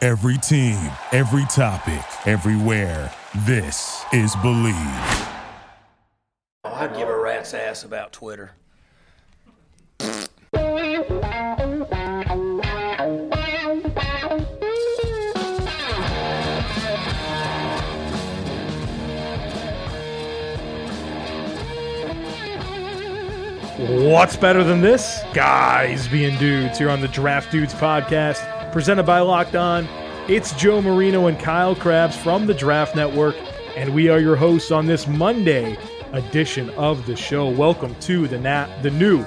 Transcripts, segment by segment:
Every team, every topic, everywhere. This is Believe. Oh, I'd give a rat's ass about Twitter. What's better than this? Guys being dudes here on the Draft Dudes podcast, presented by Locked On. It's Joe Marino and Kyle Krabs from the Draft Network, and we are your hosts on this Monday edition of the show. Welcome to the nat- the new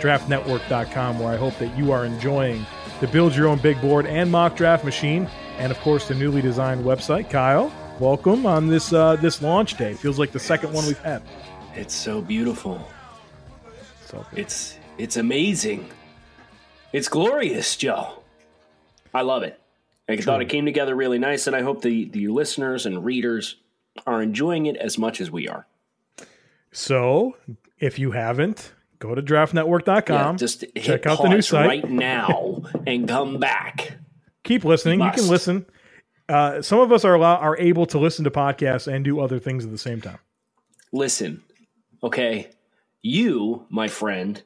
draftnetwork.com, where I hope that you are enjoying the build your own big board and mock draft machine, and of course the newly designed website. Kyle, welcome on this uh, this launch day. Feels like the second one we've had. It's so beautiful. So It's it's amazing. It's glorious, Joe. I love it. I thought it came together really nice, and I hope the, the listeners and readers are enjoying it as much as we are. So, if you haven't, go to draftnetwork.com. Yeah, just hit check out the new pause site. right now and come back. Keep listening. You can must. listen. Uh, some of us are allow- are able to listen to podcasts and do other things at the same time. Listen, okay, you, my friend,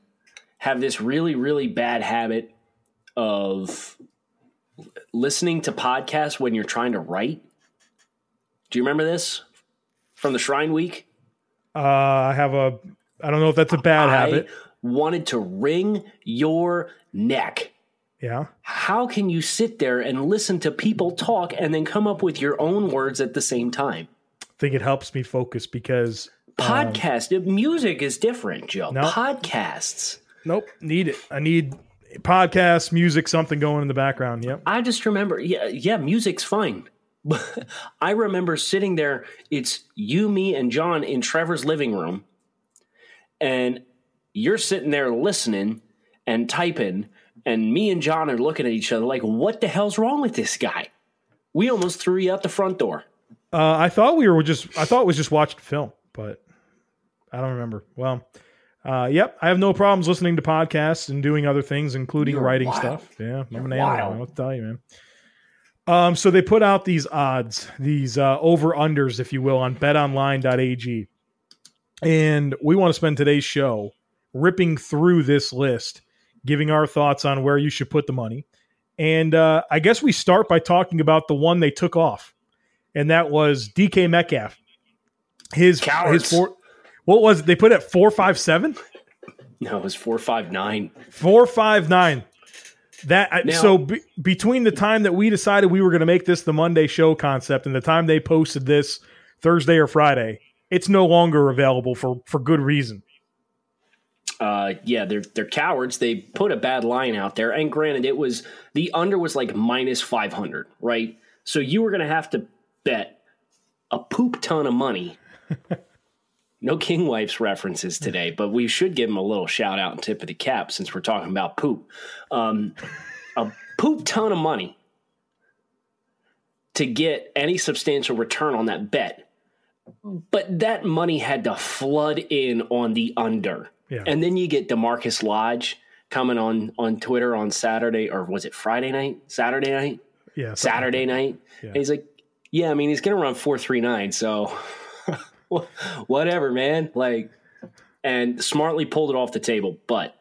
have this really really bad habit of listening to podcasts when you're trying to write. Do you remember this from the Shrine Week? Uh, I have a. I don't know if that's a bad I habit. wanted to wring your neck. Yeah. How can you sit there and listen to people talk and then come up with your own words at the same time? I think it helps me focus because Podcast music is different, Joe. Um. No. Podcasts. nope, need it. I need podcasts, music, something going in the background. Yep. I just remember, yeah, yeah, music's fine. But I remember sitting there, it's you, me, and John in Trevor's living room, and you're sitting there listening and typing, and me and John are looking at each other like, what the hell's wrong with this guy? We almost threw you out the front door. Uh, I thought we were just. I thought it was just watching film, but I don't remember. Well, uh, yep. I have no problems listening to podcasts and doing other things, including writing stuff. Yeah, I'm an animal. I'll tell you, man. Um, so they put out these odds, these uh, over unders, if you will, on BetOnline.ag, and we want to spend today's show ripping through this list, giving our thoughts on where you should put the money, and uh, I guess we start by talking about the one they took off and that was DK Metcalf. His Cowards. his four. What was it? They put it at four five seven, No, it was 459. four five nine. That I Now- so be, between the time that we decided we were going to make this the Monday show concept and the time they posted this Thursday or Friday, it's no longer available for for good reason. uh, yeah, they're they're cowards. They put a bad line out there, and granted, it was the under was like minus five hundred, right? So you were gonna have to bet a poop ton of money. no King Wipes references today, but we should give him a little shout out and tip of the cap since we're talking about poop. Um, a poop ton of money to get any substantial return on that bet. But that money had to flood in on the under. Yeah. And then you get Demarcus Lodge coming on on Twitter on Saturday or was it Friday night? Saturday night? Yeah, so- Saturday night. And he's like, "Yeah, I mean, he's going to run 439, so whatever, man." Like and smartly pulled it off the table, but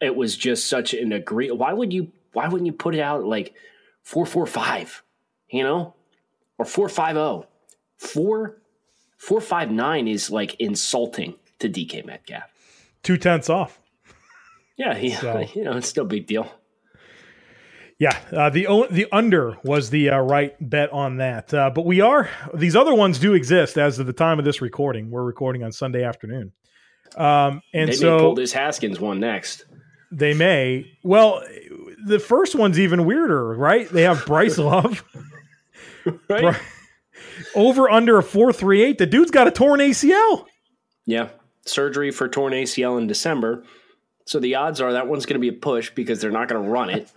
it was just such an agree why would you why wouldn't you put it out at like 445, you know? Or oh. 450. 4 459 is like insulting to DK Metcalf. two tenths off. Yeah, he, So- you know, it's still a big deal. Yeah, uh, the o- the under was the uh, right bet on that. Uh, but we are these other ones do exist as of the time of this recording. We're recording on Sunday afternoon, um, and They may so pull this Haskins one next. they may. Well, the first one's even weirder, right? They have Bryce Love Right? over under a four three eight. The dude's got a torn ACL. Yeah. Surgery for torn ACL in December. So the odds are that one's going to be a push because they're not going to run it.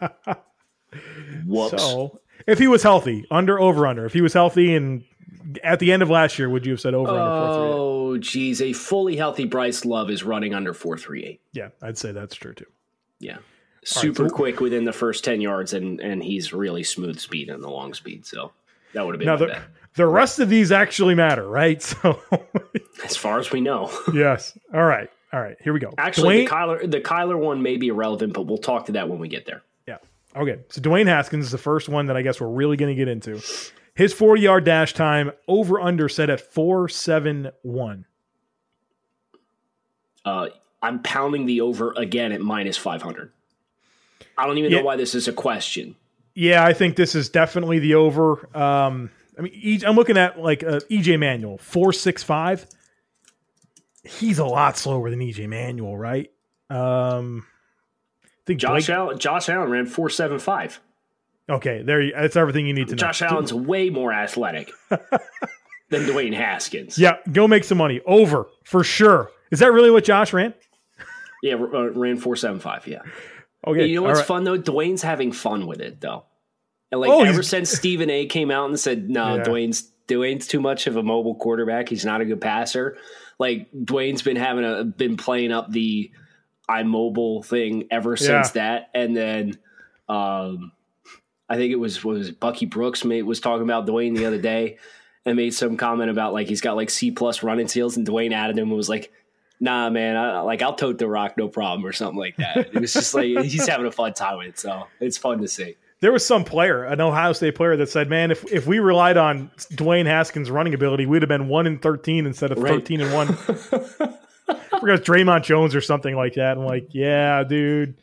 Whoops. So if he was healthy, under over under. If he was healthy and at the end of last year, would you have said over under four three eight? oh, geez. A fully healthy Bryce Love is running under 438. Yeah, I'd say that's true too. Yeah. super so- quick within the first 10 yards and and he's really smooth speed on the long speed so that would have been Now my the bet. the rest of these actually matter, right? So as far as we know yes. All right. All right. Here we go. actually Dwayne- the kyler the kyler one may be irrelevant but we'll talk to that when we get there Yeah. Okay. So Dwayne Haskins is the first one that I guess we're really going to get into. His 40 yard dash time over under set at 471. uh i'm pounding the over again at minus 500 i don't even Yeah. know why this is a question Yeah, I think this is definitely the over. Um, I mean, E- I'm looking at like uh, EJ Manuel, 465. He's a lot slower than EJ Manuel, right? Um, I think josh Blake- allen josh allen ran 475 Okay, there. You, that's everything you need to know. josh allen's way more athletic than dwayne haskins Yeah, go make some money. Over for sure. Is that really what Josh ran? yeah r- uh, ran 475 yeah Okay, you know all what's right. fun though? Dwayne's having fun with it though. And like Oh, ever he's- since Stephen A came out and said, No, Yeah. Dwayne's Dwayne's too much of a mobile quarterback. He's not a good passer. Like Dwayne's been having a been playing up the I'm mobile thing ever since that. And then um I think it was what was it, Bucky Brooks made, was talking about Dwayne the other day and made some comment about like he's got like C plus running seals and Dwayne added him and was like, nah, man, I, like I'll tote the rock, no problem, or something like that. It was just like he's having a fun time with it, so it's fun to see. There was some player, an Ohio State player, that said, "Man, if if we relied on Dwayne Haskins' running ability, we'd have been one in thirteen instead of Right. thirteen and one." I forgot it's Draymond Jones or something like that. I'm like, yeah, dude,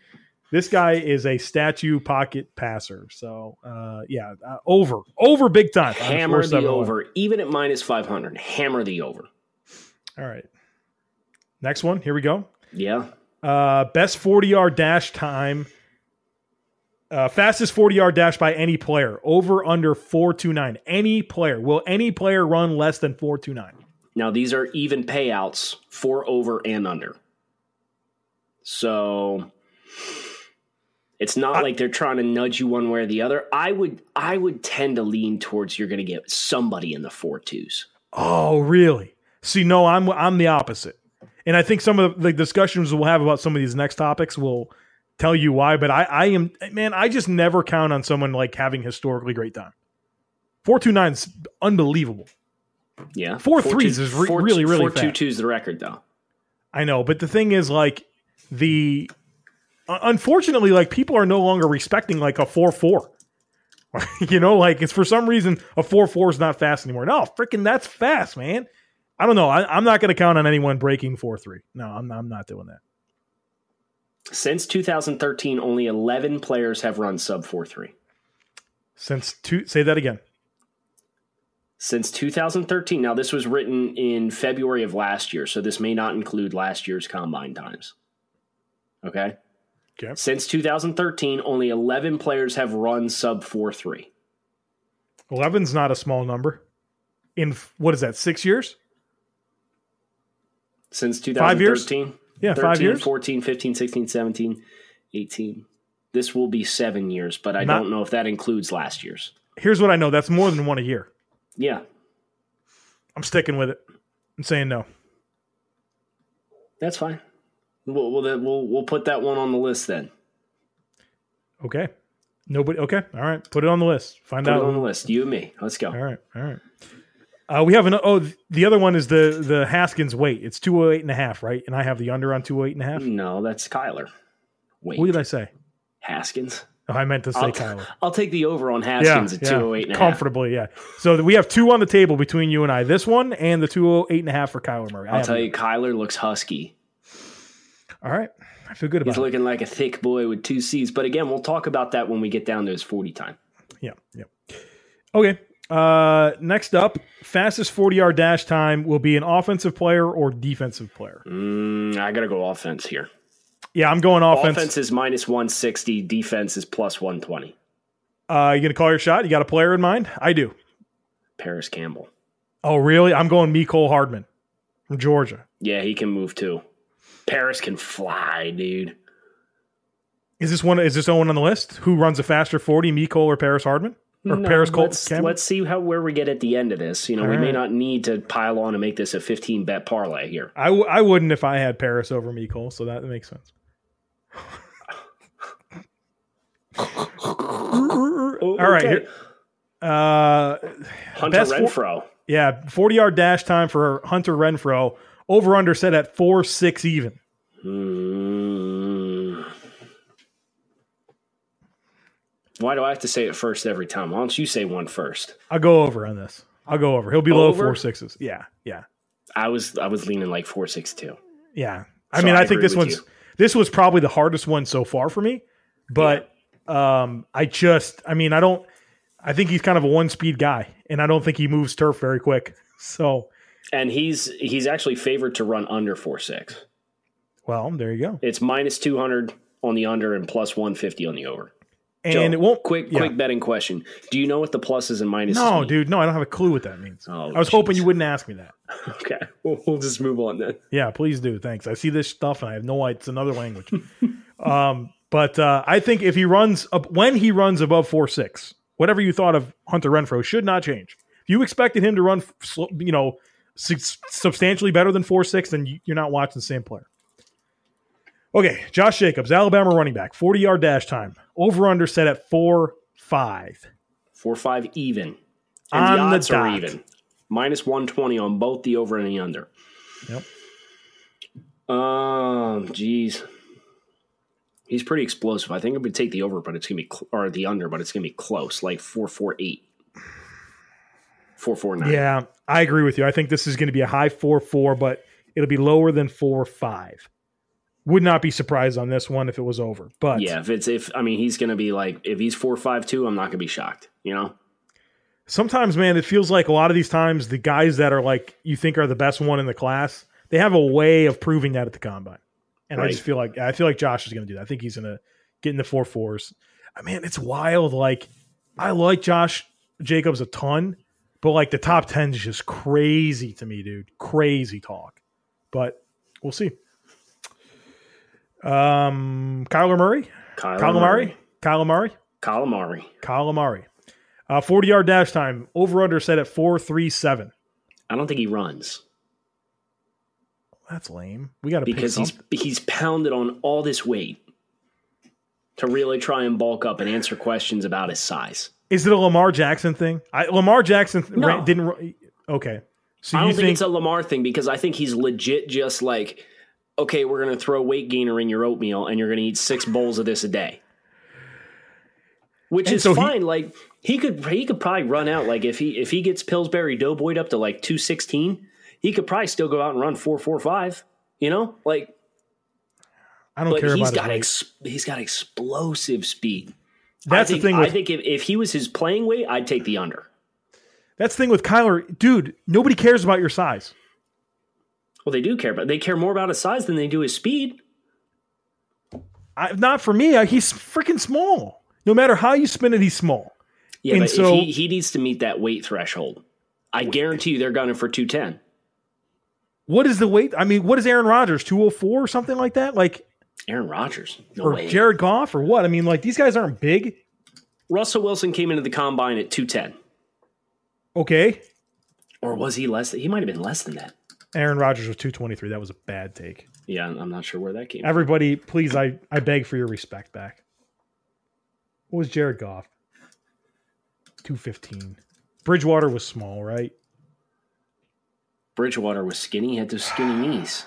this guy is a statue pocket passer. So, uh, yeah, uh, over, over big time. I'm Hammer the 471. over, even at minus five hundred. Hammer the over. All right, next one. Here we go. Yeah, Uh, best 40 yard dash time. Uh, fastest 40 yard dash by any player. Over under 429. Any player. Will any player run less than 429? Now these are even payouts for over and under. So it's not like they're trying to nudge you one way or the other. I would I would tend to lean towards you're going to get somebody in the four twos. Oh, really? See, no, I'm I'm the opposite. And I think some of the discussions we'll have about some of these next topics will tell you why. But I, I am man, I just never count on someone like having historically great time. 429 is unbelievable. Yeah, Four Four threes two- is re- four- really, really four two fast. two's the record though. I know, but the thing is, like the un- unfortunately, like people are no longer respecting like a four four. you know, like it's for some reason a four four is not fast anymore. No, freaking, that's fast, man. I don't know. I, I'm not going to count on anyone breaking four three. No, I'm I'm not doing that. Since 2013, only 11 players have run sub four three. Since two, say that again. Since 2013, now this was written in February of last year, so this may not include last year's combine times. Okay. Okay. Since 2013, only 11 players have run sub 4 3. 11's not a small number. In f- what is that? Six years? Since Five years? 2013, Yeah, 13, five years. 14, 15, 16, 17, 18. This will be seven years, but I Not- don't know if that includes last year's. Here's what I know. That's more than one a year. Yeah. I'm sticking with it. I'm saying no. That's fine. We'll, we'll, then- we'll, we'll put that one on the list then. Okay. Nobody. Okay. All right. Put it on the list. Find Put out. it on the list. You and me. Let's go. All right, all right. Uh, we have an oh th- the other one is the the Haskins weight. It's 208 and a half, right? And I have the under on 208 and a half. No, that's Kyler. Wait, What did I say? Haskins? Oh, I meant to say I'll, Kyler. I'll take the over on Haskins at 208 and a half. comfortably, yeah. So th- we have two on the table between you and I. This one and the 208 and a half for Kyler Murray. I I'll have tell it. you, Kyler looks husky. All right, I feel good He's about it. looking like a thick boy with two C's. But again, we'll talk about that when we get down to his 40 time. Yeah, yeah. Okay. Uh, next up, fastest 40 yard dash time will be an offensive player or defensive player. Mm, I got to go offense here. Yeah, I'm going offense. Offense. is minus 160, defense is plus 120. Uh, you gonna call your shot? You got a player in mind? I do. Paris Campbell. Oh, really? I'm going Mecole Hardman from Georgia. Yeah, he can move too. Paris can fly, dude. Is this one? Is this one on the list? Who runs a faster forty, Mecole or Paris Hardman or No, Paris Colt? Let's, let's see how where we get at the end of this. You know, we may right. not need to pile on and make this a 15 bet parlay here. I w- I wouldn't if I had Paris over Mecole, so that makes sense. All right. here- uh, Hunter Best for- Renfro. yeah, 40 yard dash time for Hunter Renfro. Over under set at 4 6 even. Mm. Why do I have to say it first every time? Why don't you say one first? I'll go over on this. I'll go over. He'll be low Over? four sixes. Yeah. Yeah. I was I was leaning like four six two. Yeah. I So mean, I I, think agree this with one's you. this was probably the hardest one so far for me. But um I just I mean, I don't I think he's kind of a one speed guy and I don't think he moves turf very quick. So, And he's he's actually favored to run under four six. well, there you go. It's minus two hundred on the under and plus one fifty on the over. And Joe, it won't quick yeah. quick betting question. Do you know what the pluses and minuses? No, mean? dude, no, I don't have a clue what that means. Oh, I was hoping jeez. you wouldn't ask me that. Okay, we'll, we'll just move on then. Yeah, please do. Thanks. I see this stuff and I have no idea. It's another language. um, but uh, I think if he runs up, when he runs above four six, whatever you thought of Hunter Renfro should not change. If you expected him to run, f- sl- you know, su- substantially better than four six, then you- you're not watching the same player. Okay, Josh Jacobs, Alabama running back, forty yard dash time, over under set at four five. Four five even. On And the the odds are dot. even. Minus one twenty on both the over and the under. Yep. Um, jeez. He's pretty explosive. I think I'm gonna take the over, but it's gonna be cl- or the under, but it's gonna be close, like four four eight. Four four nine. Yeah, I agree with you. I think this is going to be a high 4 4, but it'll be lower than 4 5. Would not be surprised on this one if it was over. But Yeah, if it's if I mean he's gonna be like if he's four five two, I'm not gonna be shocked. You know, sometimes, man, it feels like a lot of these times the guys that are like you think are the best one in the class, they have a way of proving that at the combine. And I Right. just feel like I feel like Josh is going to do that. I think he's going to get in the four fours. I mean, it's wild. Like I like Josh Jacobs a ton, but like the top ten is just crazy to me, dude. Crazy talk. But we'll see. Um, Kyler Murray, Kyle Kyler Murray, Kyler Murray. Calamari. Kyle Amari. Uh, 40 yard dash time. Over under set at 437. I don't think he runs That's lame. We got to pick because he's something. he's pounded on all this weight to really try and bulk up and answer questions about his size. Is it a Lamar Jackson thing? I, Lamar Jackson th- No. ran- didn't. ru- Okay. So I you don't think, think, it's a Lamar thing because I think he's legit just like, okay, we're going to throw weight gainer in your oatmeal and you're going to eat six bowls of this a day. Which And is so he- fine. like he could he could probably run out like if he if he gets Pillsbury Doughboyed up to like 216, he could probably still go out and run 445, you know? Like I don't but care he's about got it. ex, he's got explosive speed. That's I the thing think, I with think if, if he was his playing weight, I'd take the under. that's the thing with Kyler, dude. Nobody cares about your size. Well, they do care, but they care more about his size than they do his speed. I, not for me. I, he's freaking small. No matter how you spin it, he's small. Yeah, And but so- if he, he needs to meet that weight threshold. I guarantee you they're gunning for 210. What is the weight? I mean, what is Aaron Rodgers? Two hundred four or something like that? Like Aaron Rodgers. No or way. Jared Goff or what? I mean, like these guys aren't big. Russell Wilson came into the combine at 210. Okay. Or was he less than he might have been less than that. Aaron Rodgers was two twenty three. That was a bad take. Yeah, I'm not sure where that came from. Everybody, please, I, I beg for your respect back. What was Jared Goff? 215. Bridgewater was small, right? Bridgewater was skinny, he had those skinny knees.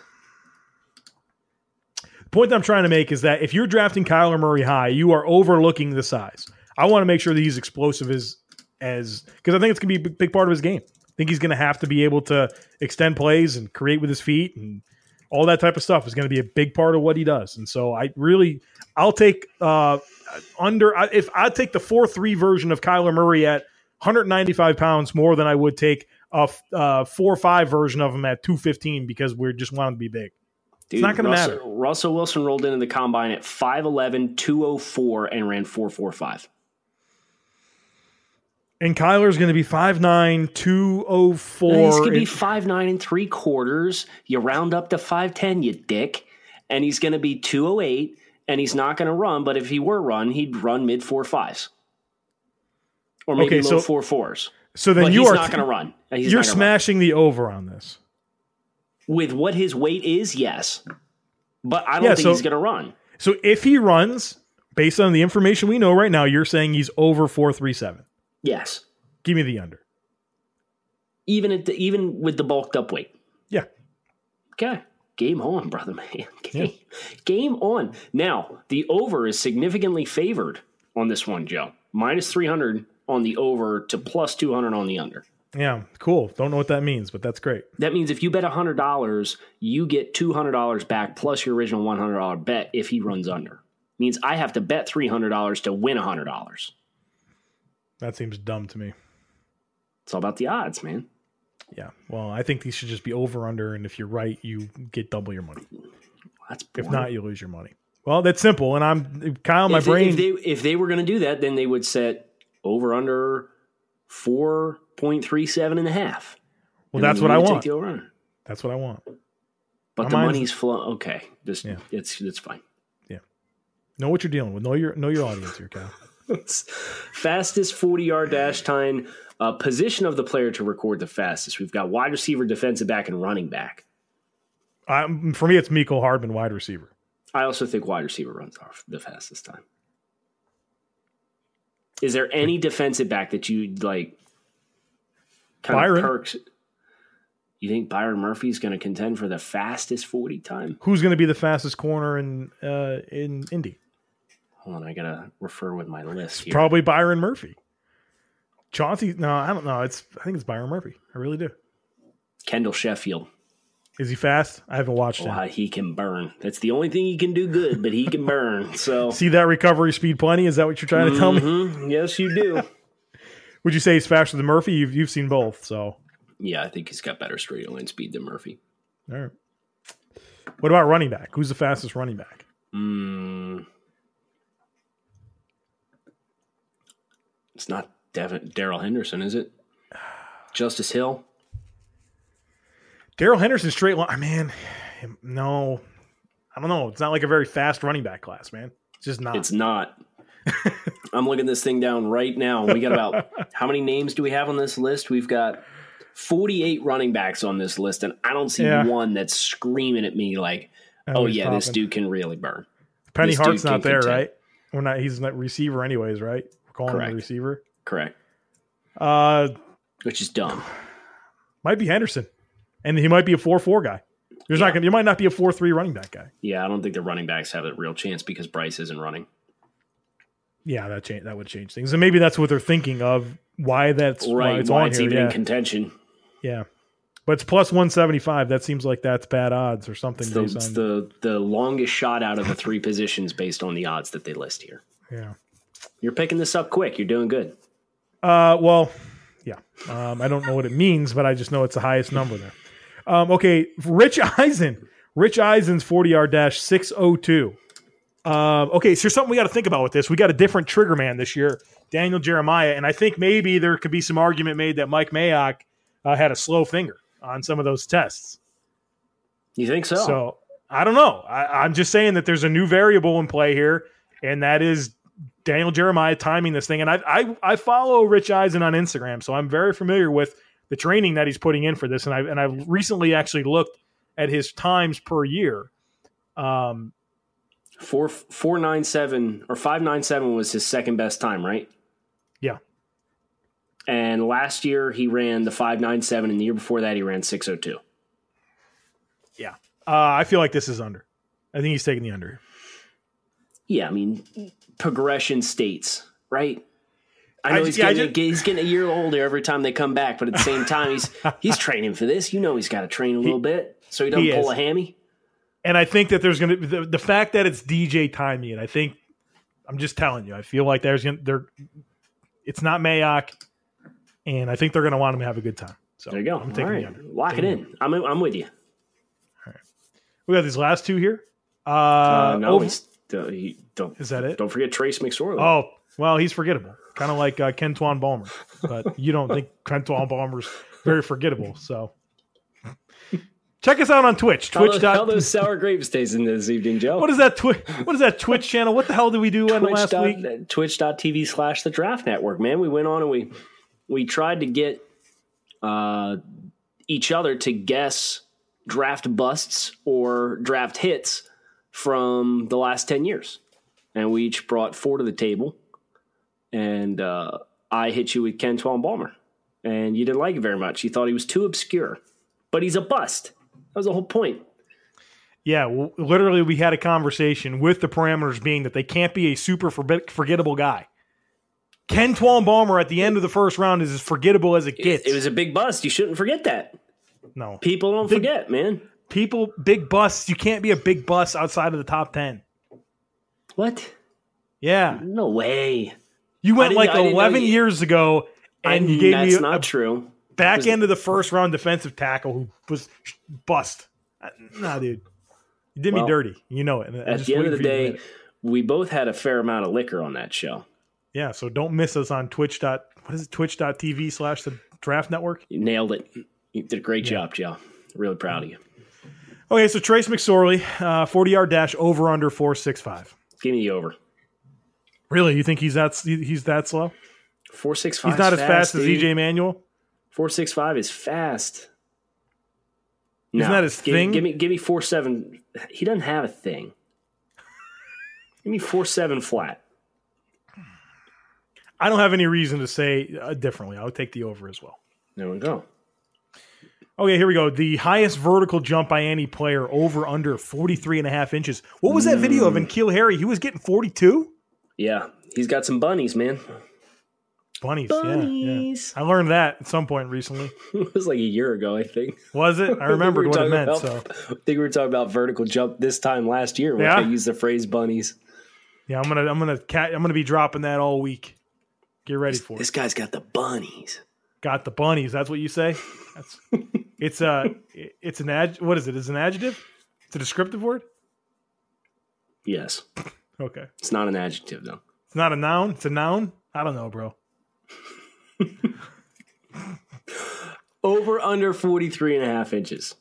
The point that I'm trying to make is that if you're drafting Kyler Murray high, you are overlooking the size. I want to make sure that he's explosive as as because I think it's gonna be a big- big part of his game. I think he's gonna have to be able to extend plays and create with his feet and all that type of stuff is going to be a big part of what he does. And so I really, I'll take uh, under I- if I take the four three version of Kyler Murray at 195 pounds more than I would take a uh, four five version of him at 215 because we just want him to be big. Dude, not gonna Russell, matter. Russell Wilson rolled into the combine at 5'11, 204, and ran 445. And Kyler's going to be 5'9", 204. he's gonna be and- five nine and three quarters. You round up to five ten, you dick. And he's gonna be two oh eight, and he's not gonna run. But if he were run, he'd run mid four fives, or maybe Okay, so- low four fours. so then But you he's are not gonna run. He's you're not gonna run. smashing the over on this. with what his weight is. Yes, but I don't Yeah, think so- he's gonna run. So if he runs, based on the information we know right now, you're saying he's over 437. Yes. Give me the under. Even at the, even with the bulked up weight. Yeah. Okay. Game on, brother man. Game, game on. Now, the over is significantly favored on this one, Joe. Minus 300 on the over to plus 200 on the under. Yeah, cool. Don't know what that means, but that's great. That means if you bet $100, you get $200 back plus your original $100 bet if he runs under. Means I have to bet $300 to win $100. That seems dumb to me. It's all about the odds, man. Yeah. Well, I think these should just be over under, and if you're right, you get double your money. That's If boring. not, you lose your money. Well, that's simple. And I'm Kyle. My if, brain. They, if they if they were going to do that, then they would set over under 4.37 and a half. well, And then that's you what I would take want. the over-under. That's what I want. But My the mind's- money's flow. Okay, just Yeah. it's it's fine. Know what you're dealing with. Know your know your audience here, Kyle. It's fastest 40 yard dash time, uh, position of the player to record the fastest. We've got wide receiver, defensive back, and running back. I, for me, it's Miko Hardman, wide receiver. I also think wide receiver runs off the fastest time. Is there any defensive back that you like? Kind Byron. of perks. You think Byron Murphy's going to contend for the fastest 40 time? Who's going to be the fastest corner in uh, in Indy? Hold on, I got to refer with my list here. Probably Byron Murphy. Chauncey? No, I don't know. It's I think it's Byron Murphy. I really do. Kendall Sheffield. Is he fast? I haven't watched him. Wow, he can burn. That's the only thing he can do good, but he can burn. So See that recovery speed plenty? Is that what you're trying to tell me? Mhm. Yes, you do. Would you say he's faster than Murphy? You've you've seen both, so yeah, I think he's got better straight line speed than Murphy. all right. What about running back? Who's the fastest running back? Mm. It's not Devin Daryl Henderson, is it? Justice Hill. Daryl Henderson straight line. Man, no, I don't know. It's not like a very fast running back class, man. It's just not. It's not. I'm looking this thing down right now. We got about how many names do we have on this list? We've got 48 running backs on this list, and I don't see Yeah. one that's screaming at me like, I "Oh was yeah, this popping. dude can really burn." Penny this dude Hart's not can there, contend. right? We're not. He's not receiver, anyways, right? We're calling him Correct. a receiver. Correct. Uh, Which is dumb. might be Henderson, and he might be a four-four guy. There's not Yeah. gonna. You might not be a four-three running back guy. Yeah, I don't think the running backs have a real chance because Bryce isn't running. Yeah, that change that would change things, and maybe that's what they're thinking of. Why that's right. why it's why on it's here. even yeah. in contention. yeah, but it's plus one seventy five. That seems like that's bad odds or something. It's the, based it's on- the the longest shot out of the three positions based on the odds that they list here. yeah. You're picking this up quick. You're doing good. Uh, well, yeah. Um, I don't know what it means, but I just know it's the highest number there. Um, okay, Rich Eisen. Rich Eisen's 40 yard dash 602. Um, okay, so here's something we got to think about with this. We got a different trigger man this year, Daniel Jeremiah, and I think maybe there could be some argument made that Mike Mayock uh, had a slow finger on some of those tests. You think so? So I don't know. I, I'm just saying that there's a new variable in play here, and that is Daniel Jeremiah timing this thing. And I I, I follow Rich Eisen on Instagram, so I'm very familiar with the training that he's putting in for this. And I and I recently actually looked at his times per year. Um, four four nine seven or five nine seven was his second best time, right? Yeah. And last year he ran the five nine seven, and the year before that he ran six oh two. yeah, uh, I feel like this is under. I think he's taking the under. Yeah, I mean progression states, right? I know I- he's, yeah, I getting, ju- he's getting a year older every time they come back, but at the same time, he's he's training for this. You know, he's got to train a little bit so he doesn't he pull is. a hammy. And I think that there's going to the, the fact that it's DJ timing it. I think I'm just telling you. I feel like there's going to there. It's not Mayock, and I think they're going to want him to have a good time. So There you go. I'm taking All the right. under. Lock it in. I'm I'm with you. We got these last two here. Uh, Uh, no, over- he's, uh, he, don't is that it? don't forget Trace McSorley. Oh well, he's forgettable, kind of like uh, Kentwan Balmer. But you don't think Kentwan Balmer's very forgettable. So check us out on Twitch. How tho- Twitch. how those sour grapes tasting this evening, Joe. What is that? Twi- what is that Twitch channel? What the hell did we do on Twitch last dot- week? twitch.tv slash the draft network man we went on and we we tried to get uh each other to guess draft busts or draft hits from the last 10 years and we each brought four to the table. And uh, I hit you with Ken Twombalmer, and you didn't like it very much. You thought he was too obscure, but he's a bust. That was the whole point. Yeah, well, literally, we had a conversation with the parameters being that they can't be a super forbi- forgettable guy. Ken Twombalmer at the end of the first round is as forgettable as it It, gets. it was a big bust. You shouldn't forget that. no People don't Big- forget, man. people, big busts. You can't be a big bust outside of the top ten. What? Yeah, No way. you went didn't- like I didn't know eleven you- years ago, and And you gave that's me not a true. back end of the first round defensive tackle who was bust. Uh, Nah, dude, you did Well, me dirty. You know it. and I At just the end of waited for you the to day, admit it. we both had a fair amount of liquor on that show. yeah. So don't miss us on Twitch. Dot, what is it? Twitch.tv slash the Draft Network. You nailed it. You did a great job, Joe. Really proud of you. Okay, so Trace McSorley, uh, 40 yard dash over under 465. Give me the over. Really? You think he's that he- he's that slow? Four six five. He's not as fast as E dude. EJ Manuel? Four six five is fast. Isn't that his give, thing? Give me give me four seven. He doesn't have a thing. give me four seven flat. I don't have any reason to say uh, differently. I would take the over as well. There we go. Okay, here we go. The highest vertical jump by any player over under 43 and a half inches. What was that video of Enkeel Harry? He was getting 42? Yeah, he's got some bunnies, man. Bunnies. Yeah, yeah. Bunnies. I learned that at some point recently. it was like a year ago, I think. Was it? I remembered were what it talking meant. about- So, I think we were talking about vertical jump this time last year when Yeah. I used the phrase bunnies. yeah, I'm going to I'm going to cat I'm going to be dropping that all week. Get ready for it. This guy's got the bunnies. got the bunnies. That's what you say. That's it's a it's an ad. What is it? It's an adjective. It's a descriptive word. Yes. Okay, It's not an adjective though. it's not a noun. It's a noun. I don't know, bro. Over under 43 and a half inches.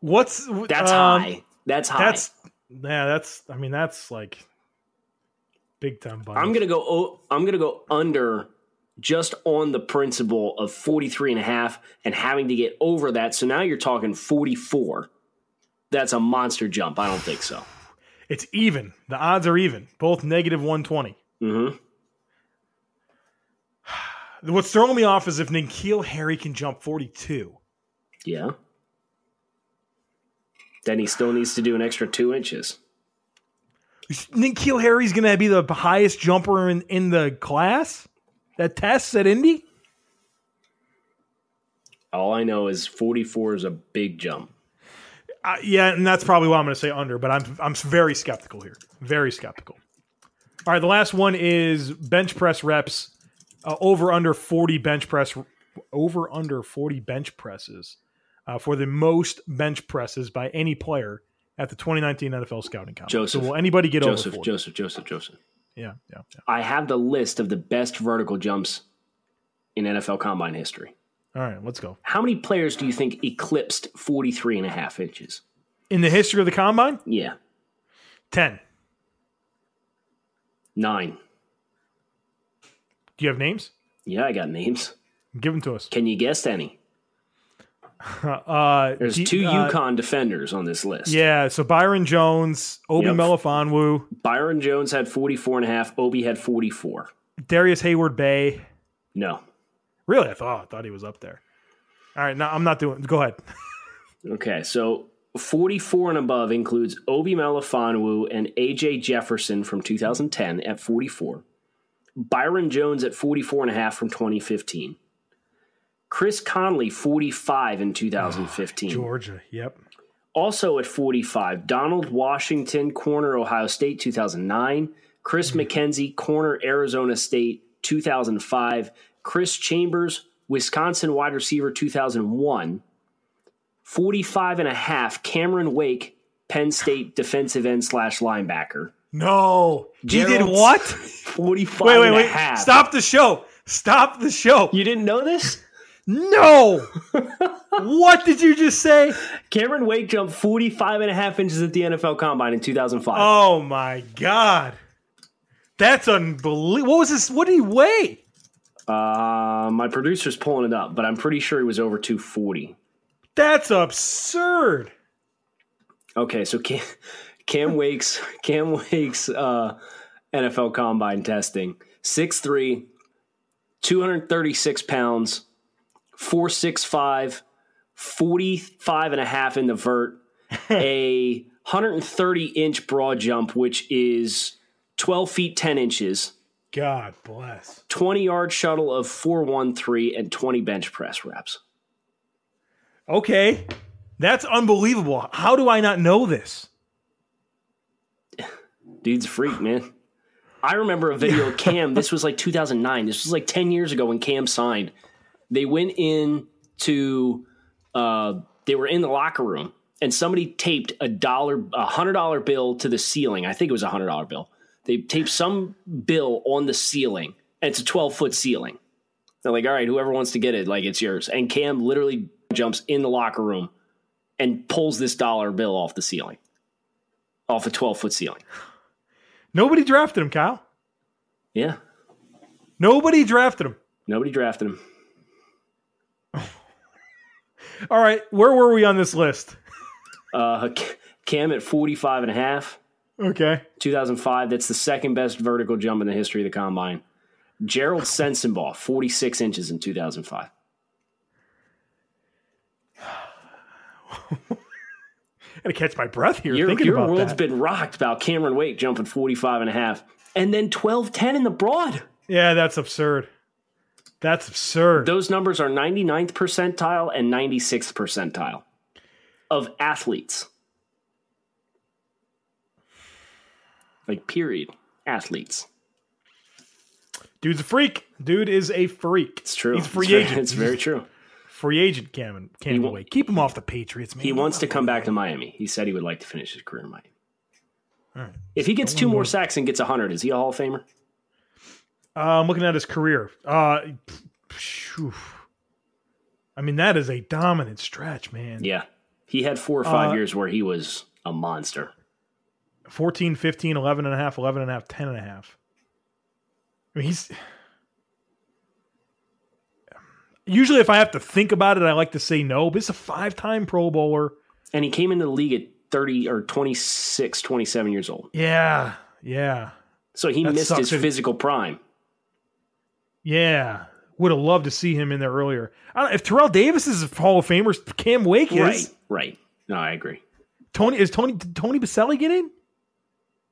What's That's um, high. That's high. That's yeah. That's I mean that's like big time bunnies. I'm going to go o- I'm going to go under just on the principle of 43 and a half and having to get over that. So now you're talking 44. That's a monster jump. I don't think so. it's even. The odds are even. Both negative one twenty. Mhm. What's throwing me off is if Nikhil Harry can jump forty two. Yeah. Then he still needs to do an extra 2 inches. Nikhil Harry's going to be the highest jumper in, in the class. That test at Indy. All I know is 44 is a big jump. Uh, yeah, and that's probably why I'm going to say under, but I'm I'm very skeptical here. Very skeptical. All right, the last one is bench press reps uh, over under 40 bench press over under 40 bench presses uh, for the most bench presses by any player at the 2019 NFL scouting combine. Joseph. so will anybody get Joseph, over 40? Joseph, Joseph, Joseph. Yeah, yeah, yeah. I have the list of the best vertical jumps in NFL combine history. All right, let's go. How many players do you think eclipsed 43 and a half inches? In the history of the combine, Yeah, 10. nine. Do you have names? Yeah, I got names. Give them to us. Can you guess any? Uh, There's D- two uh, UConn defenders on this list. Yeah, so Byron Jones, Obi Yep. Melifonwu, Byron Jones had 44 and a half. Obi had 44. Darius Hayward Bay. No. Really, I thought I thought he was up there. All right, no, I'm not doing. Go ahead. Okay, so 44 and above includes Obi Malafonwu and AJ Jefferson from 2010 at 44, Byron Jones at 44 and a half from 2015, Chris Conley 45 in 2015. Georgia. Yep. also at 45, Donald Washington, corner Ohio State 2009, Chris Mm-hmm. McKenzie, corner Arizona State 2005, Chris Chambers, Wisconsin wide receiver 2001, 45 and a half, Cameron Wake, Penn State defensive end slash linebacker. No, he did Gerald- what? 45 Wait, wait, and a wait! half. Stop the show! Stop the show! You didn't know this? No. what did you just say? Cameron Wake jumped 45 and a half inches at the NFL Combine in 2005. Oh my god, that's unbelievable! What was this? What did he weigh? Uh, my producer's pulling it up, but I'm pretty sure he was over 240. That's absurd. Okay, so Cam- Cam Wakes, Cam Wakes uh, NFL combine testing 6'3, 236 pounds, 465, 45 and a half in the vert, a 130 inch broad jump, which is 12 feet 10 inches, God bless. 20 yard shuttle of 413, and 20 bench press reps. Okay. That's unbelievable. How do I not know this? Dude's a freak, man. I remember a video of Cam. This was like 2009. This was like 10 years ago when Cam signed. They went in to, uh, they were in the locker room and somebody taped a dollar, a hundred dollar bill to the ceiling. I think it was a hundred dollar bill. They taped some bill on the ceiling and it's a 12 foot ceiling. They're like, all right, whoever wants to get it, like it's yours. And Cam literally jumps in the locker room and pulls this dollar bill off the ceiling, off a 12 foot ceiling. Nobody drafted him, Kyle. Yeah. Nobody drafted him. Nobody drafted him. All right, where were we on this list? Uh, Cam at 45 and a half, Okay. 2005. That's the second best vertical jump in the history of the combine. Gerald Sensenbaugh, 46 inches in 2005. I gotta catch my breath here Your, thinking your about world's that. been rocked about Cameron Wake jumping 45 and a half and then 12 10 in the broad. yeah, that's absurd. That's absurd. Those numbers are 99th percentile and 96th percentile of athletes. Like, period. Athletes. Dude's a freak. Dude is a freak. It's true. He's a free it's very- agent. it's very true. Free agent Cam Cam wa- away. Keep him off the Patriots, man. He wants to come back to Miami. He said he would like to finish his career in Miami. All right. If he gets two more sacks and gets 100, is he a Hall of Famer? Uh, I'm looking at his career. Uh, phew. I mean, that is a dominant stretch, man. Yeah. He had four or five Uh, years where he was a monster. 14, 15, 11 and a half, 11 and a half, 10 and a half. I mean, he's usually if I have to think about it, I like to say no, but it's a five time Pro Bowler. And he came into the league at 30 or 26, 27 years old. Yeah, yeah, So he That missed sucks. his physical prime. yeah. Would have loved to see him in there earlier. I don't, if Terrell Davis is a Hall of Famer, Cam Wake is. Right. Right. No, I agree. Tony is Tony. Did Tony Baselli get in?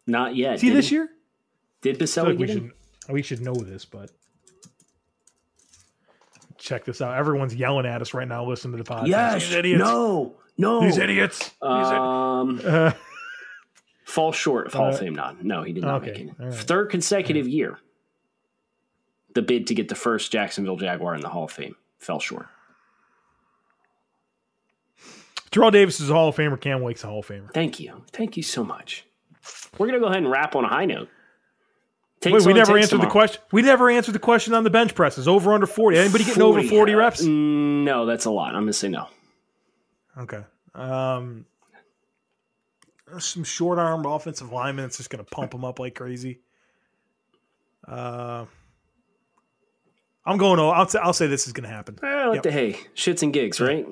Not yet. Is he Did this he- year? Did I Baselli feel like we get in? should we should know this, but check this out. Everyone's yelling at us right now. Listen to the podcast. Yes. These idiots. No. No. These idiots. Um, Uh, fall short of Hall Uh, of Fame nod. No, he did not okay, make it. all right. Third consecutive year, the bid to get the first Jacksonville Jaguar in the Hall of Fame fell short. Terrell Davis is a Hall of Famer. Cam Wake's a Hall of Famer. Thank you. Thank you so much. We're going to go ahead and wrap on a high note. Takes Wait, we all it never takes answered the tomorrow. question. We never answered the question on the bench presses. Over under forty. Anybody getting over forty reps? Mm, No, that's a lot. I'm going to say no. Okay. Um, there's some short arm offensive linemen that's just going to pump them up like crazy. Uh, I'm going. oh, I'll say, I'll say this is going to happen. Eh, like Yep. the hay, shits and gigs, right?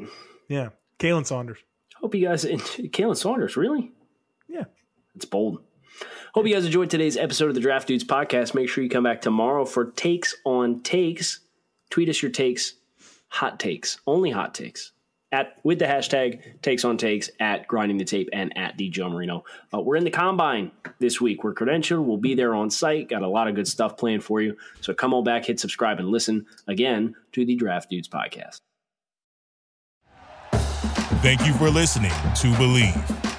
Yeah, Kalen Saunders. Hope you guys. Kalen Saunders, really? Yeah. It's bold. Hope you guys enjoyed today's episode of the Draft Dudes podcast. Make sure you come back tomorrow for takes on takes. Tweet us your takes, hot takes, only hot takes. At with the hashtag takes on takes at grinding the tape and at the Joe Marino. Uh, we're in the combine this week. We're credentialed. We'll be there on site. Got a lot of good stuff planned for you. So come on back, hit subscribe, and listen again to the Draft Dudes podcast. Thank you for listening to Believe.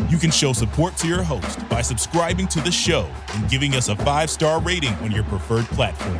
You can show support to your host by subscribing to the show and giving us a five star rating on your preferred platform.